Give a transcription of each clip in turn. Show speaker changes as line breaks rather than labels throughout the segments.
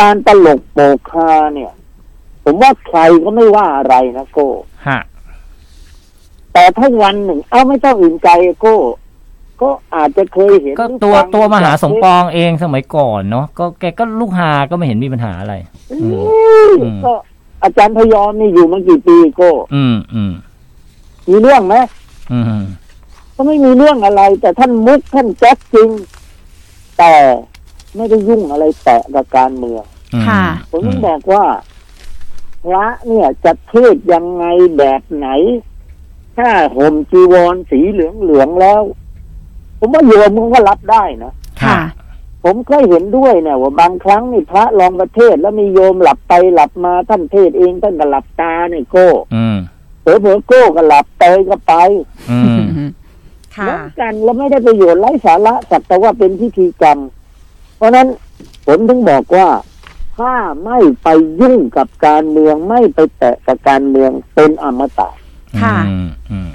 การตลกโปกฮาเนี่ย ผมว่าใครก็ไม่ว่าอะไรนะโก้
ฮะ
แต่ถ้าวันหนึ่ง เอ้าไม่ต้องอื่นใจโก้ ก็อาจจะเคยเห็น
ก็
หรือ
ตัว
ฟัง
ตัวมหาสมป
จ
องเองสมัยก่อนเนาะก็แกก็ลูกหาก็ไม่เห็นมีปัญหาอะไร
ากเรื่องนี้ก็อาจารย์พยอมนี่อยู่มากี่ปีโก้
อืมอืม
มีเรื่องไหม
อืม
ก็ไม่มีเรื่องอะไร แต่ท่านมุกท่านแจ๊กจริง แต่ไม่ได้ยุ่งอะไรแตะกับการเมือง
อืม
ค่ะ
ผมถึงบอกว่าพระเนี่ยจะเทศยังไงแบบไหน ถ้าห่มจีวรสีเหลืองเหลืองๆแล้ว ผมว่าโยมมันก็รับได้นะ
ค่ะ
ผมเคยเห็นด้วยเนี่ยว่าบางครั้งนี่พระลองประเทศแล้วมีโยมหลับไปหลับมาท่านเทศเองท่านก็หลับตาเนี่ยโก้
อืม
เผลอๆโก้ก็หลับเตยก็ไป
อืม
ค่ะ
เหมือนกันแล้วไม่ได้ประโยชน์ไร้สาระสักแต่ว่าเป็นพิธีกรรม เพราะฉะนั้นผมถึงบอกว่าถ้าไม่ไปยุ่งกับการเมืองไม่ไปแตะกับการเมืองเป็นอมตะ
ค่ะ
อืมอืม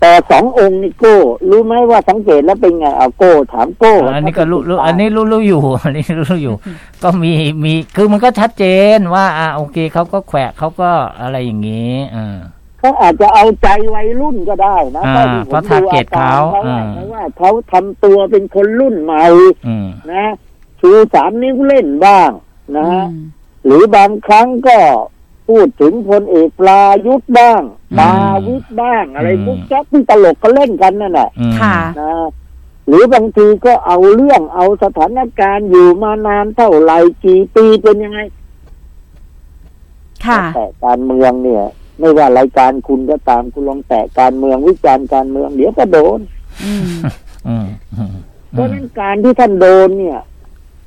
แต่สององค์นี่โก้ รู้ไหมว่าสังเกตแล้วเป็นไงเอาโก้ ถามโก้
อันนี้ก็รู้รู้อันนี้รู้รู้อยู่ อันนี้รู้รู้อยู่ ก็มีมีคือมันก็ชัดเจนว่า อ่าโอเคเขาก็แขวะเขาก็อะไรอย่างงี้อ่า
เขาอาจจะเอาใจวัยรุ่นก็ได้นะ
อ่า
ท่ที่ผม
เพราะ target
ดูอร
เขา
อะ
อ่า
เพราะว่าเขาทำตัวเป็นคนรุ่นใหม่
อืม
นะชูสามนิ้วเล่นบ้างนะฮะหรือบางครั้งก็พูดถึงพลเอกปลายุทธ์บ้างปาวิทย์บ้าง อะไรมุกแจ๊กที่ตลกก็เล่นกันนั่นแหละ
อืม
ค่ะ
นะหรือบางทีก็เอาเรื่องเอาสถานการณ์อยู่มานานเท่าไหร่กี่ปีเป็นยังไง
ค่ะ
แต่การเมืองเนี่ย ไม่ว่ารายการคุณก็ตามคุณลองแตะการเมืองวิจารณ์การเมืองเดี๋ยวก็โดน
อืม
อืมอืม
เพราะฉะนั้นการที่ท่านโดนเนี่ย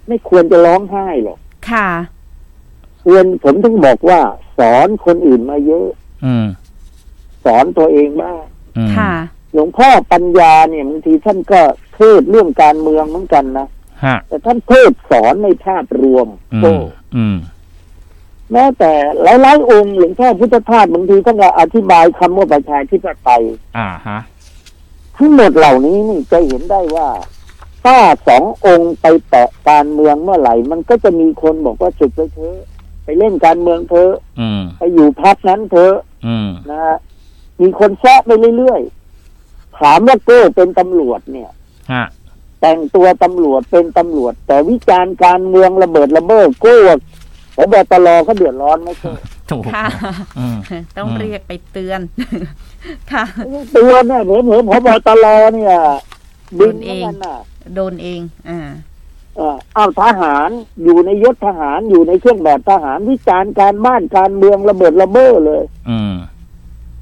ไม่ควรจะร้องไห้หรอก
ค่ะ
ควรผมถึงบอกว่า สอนคนอื่นมาเยอะ
อืม
สอนตัวเองบ้าง
อืม
ค่ะ
หลวงพ่อปัญญาเนี่ยบางทีท่านก็เทศเรื่องการเมืองเหมือนกันนะ
ฮะ
แต่ท่านเทศสอนในภาพรวม
อื
โอ้
มอืม
แม้แต่หลายๆองค์หลวงพ่อพุทธทาสบางทีท่านก็อธิบายคำว่าประชาธิปไตย
อ่าฮะ
ทั้งหมดเหล่านี้นี่จะเห็นได้ว่า ถ้าสององค์ไปแตะการเมืองเมื่อไหร่ มันก็จะมีคนบอกว่าจุดไปเถอะไปเล่นการเมืองเถอะ
อืม
ไปอยู่พักนั้นเถอะ
อืม
นะฮะมีคนแซะไปเรื่อยๆถามว่าเก้เป็นตำรวจเนี่ย
ฮะ
แต่งตัวตำรวจเป็นตำรวจ แต่วิจารณ์การเมืองระเบิดระเบ้อโก้ผมแบบตลอเขาเดือดร้อนไหมเก้
ถูก
ค่ะ
อืม
ต้องเรียกไปเตือน ค่ะ
ตัวเนี่ยผมผมผมบอตลอเนี่ยบิน
เอ
เอง
ง
น่ะ
โดนเอง อ่า
เอ่ออ้าวทหารอยู่ในยศทหารอยู่ในเครื่องแบบทหารวิจารณ์การบ้านการเมืองระเบิดระเบ้อเลย
อืม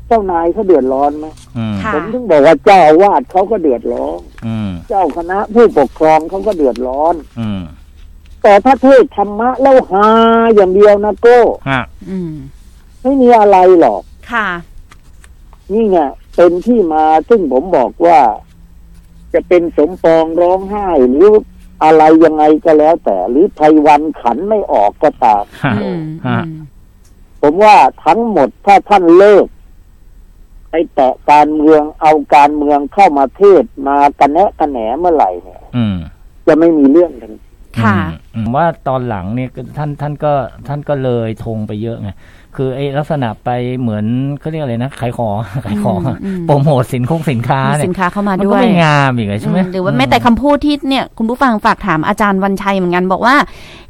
เจ้านายเขาเดือดร้อนไหม
อืม
ค่ะ
ผมถึงบอกว่าเจ้าอาวาสเขาก็เดือดร้อน
อืม
เจ้าคณะผู้ปกครองเขาก็เดือดร้อน
อืม
แต่ถ้าเทศธรรมะเล่าหาอย่างเดียวนะโก้
ฮะ
อืม
ไม่มีอะไรหรอก
ค่ะ
นี่ไงเป็นที่มาซึ่งผมบอกว่า จะเป็นสมปองร้องไห้หรืออะไรยังไงก็แล้ว แต่ หรือไพวันขันไม่ออกก็ตาม
ฮะ
อืม
ฮะ
อืม
ผมว่าทั้งหมดถ้าท่านเลิก ไปแตะการเมืองเอาการเมืองเข้ามาเทศมากันแนะกันแหนเมื่อไหร่เนี่ย
อืม
จะไม่มีเรื่องกัน
ค่ะ
อืมว่าตอนหลังเนี่ยท่านท่านก็ท่านก็เลยทงไปเยอะไงคือไอ้ลักษณะไปเหมือนเขาเรียกอะไรนะขายของ ขายของ
อืม
โปรโมทสินคงสินค้า
มี
เนี่
สิ
ย
นค้าเข้ามา
มัน
ด้
ก็
วย
ไม่งามอีกอะใช่ไหม
อืมหรือว่าแม้แต่คำพูดที่เนี่ยคุณผู้ฟังฝากถามอาจารย์วันชัยเหมือนกันบอกว่า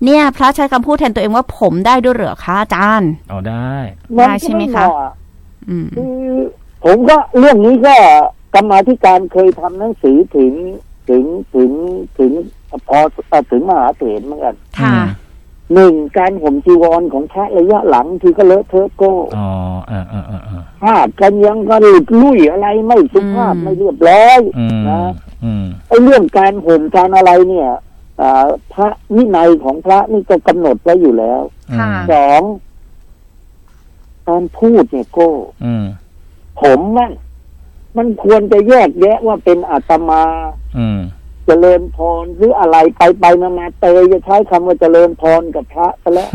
เนี่ย พระใช้คำพูดแทนตัวเองว่าผมได้ด้วยเหรอคะอาจารย์
เอาได้
มัน
ได้ใช่ไหมคะ
ก็เหา
อืม
คือผมก็เรื่องนี้ก็กรรมาธิการเคยทำหนังสือถึงถึงถึงถึงพอถึงมหาเถรเหมือนกัน
ค่ะ
หนึ่งการห่มจีวรของพระระยะหลังทีก็เลอะเทอะโก้
อ๋อเออเออเออเออ
พลาดกันยังก็หลุดลุ่ยอะไรไม่สุภาพ
อืม
ไม่เรียบร้อย
อืม
นะ
อืม
ไอ้เรื่องการห่มการอะไรเนี่ยอ่าพระวินัยของพระนี่ก็กำหนดไว้อยู่แล้ว
อืม
ค่ะ
สองการพูดเนี่ยโก้
อืม
ผมมันมันควรจะแยกแยะว่าเป็นอาตมา
อืม
เจริญพรหรืออะไรไปไปมามาเตยจะใช้คำว่าเจริญพรกับพระซะแล้ว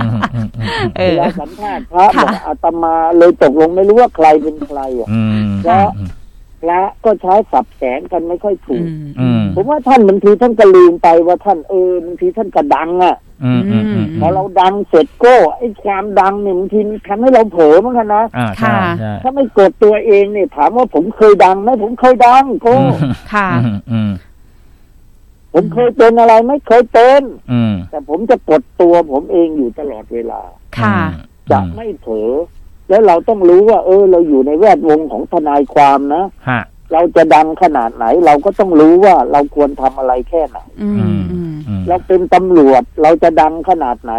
อืมอืมอืม
เอ
เว
อ
ลาสัมภาษณ์พระบ
ค่ะ
อกอาตมาเลยตกลงไม่รู้ว่าใครเป็นใครอ่ะ
อืม
แล้ว พระก็ใช้สับแสงกันไม่ค่อยถูก
อืม
ผมว่าท่านบางทีท่านก็ลืมไปว่าท่านเออบางทีท่านก็ดังอะ่ะ
อืมอืมอืม
พอเราดังเสร็จก็ไอ้ความดังเนี่ยบางทีมันทำให้เราเผลอเหมือนกันนะ
อ่าใช่ใช่
ถ้าไม่กดตัวเองเนี่ย ถามว่าผมเคยดังไหมผมเคยดังโก็
อืม
ค่ะ
อืมอืม
ผมเคยเป็นอะไรไม่เคยเป็น
อืม
แต่ผมจะกดตัวผมเองอยู่ตลอดเวลา
ค่ะ
จะไม่เผลอแล้วเราต้องรู้ว่า เออ เราอยู่ในแวดวงของทนายความนะ
ฮะ
เราจะดังขนาดไหน เราก็ต้องรู้ว่าเราควรทำอะไรแค่ไหน
อืม
อืม
อืม
อืม
เราเป็นตำรวจเราจะดังขนาดไหน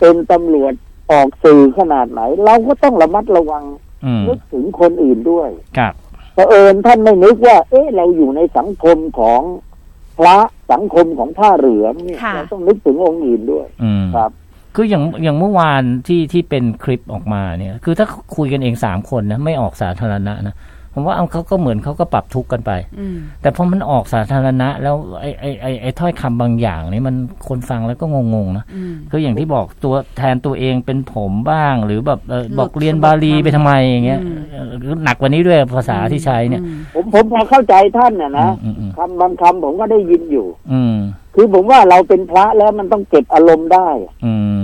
เป็นตำรวจออกสื่อขนาดไหน เราก็ต้องระมัดระวัง
อืม
นึกถึงคนอื่นด้วย
ครับ
เผอิญท่านไม่นึกว่า เอ๊ะเราอยู่ในสังคมของพระสังคมของท่าเรือเนี่ย
ค่ะ
เราต้องนึกถึงองค์อื่นด้วย
อืม
ครับ
คืออย่างอย่างเมื่อวานที่ที่เป็นคลิปออกมาเนี่ย คือถ้าคุยกันเองสามคนนะไม่ออกสาธารณะนะผมว่าเอาเขาก็เหมือนเขาก็ปรับทุกข์กันไป
อืม
แต่พอมันออกสาธารณะ แล้วไอ้ไอ้ไอ้ไอ้ถ้อยคำบางอย่างนี่มันคนฟังแล้วก็งงๆนะ
อืม
คืออย่างที่บอกตัวแทนตัวเองเป็นผมบ้าง หรือแบบเออ
หลุด
บอกเรียนบาลี
สะบัด
ไปทำไมอย่างเงี้ย
อืม
เออหรือหนักกว่านี้ด้วยภาษาที่ใช้เนี่ย
อืม
ผมผมพอเข้าใจท่านนะนะ
อืมอืม
คำบางคำผมก็ได้ยินอยู่
อืม
คือผมว่าเราเป็นพระแล้วมันต้องเก็บอารมณ์ได้
อืม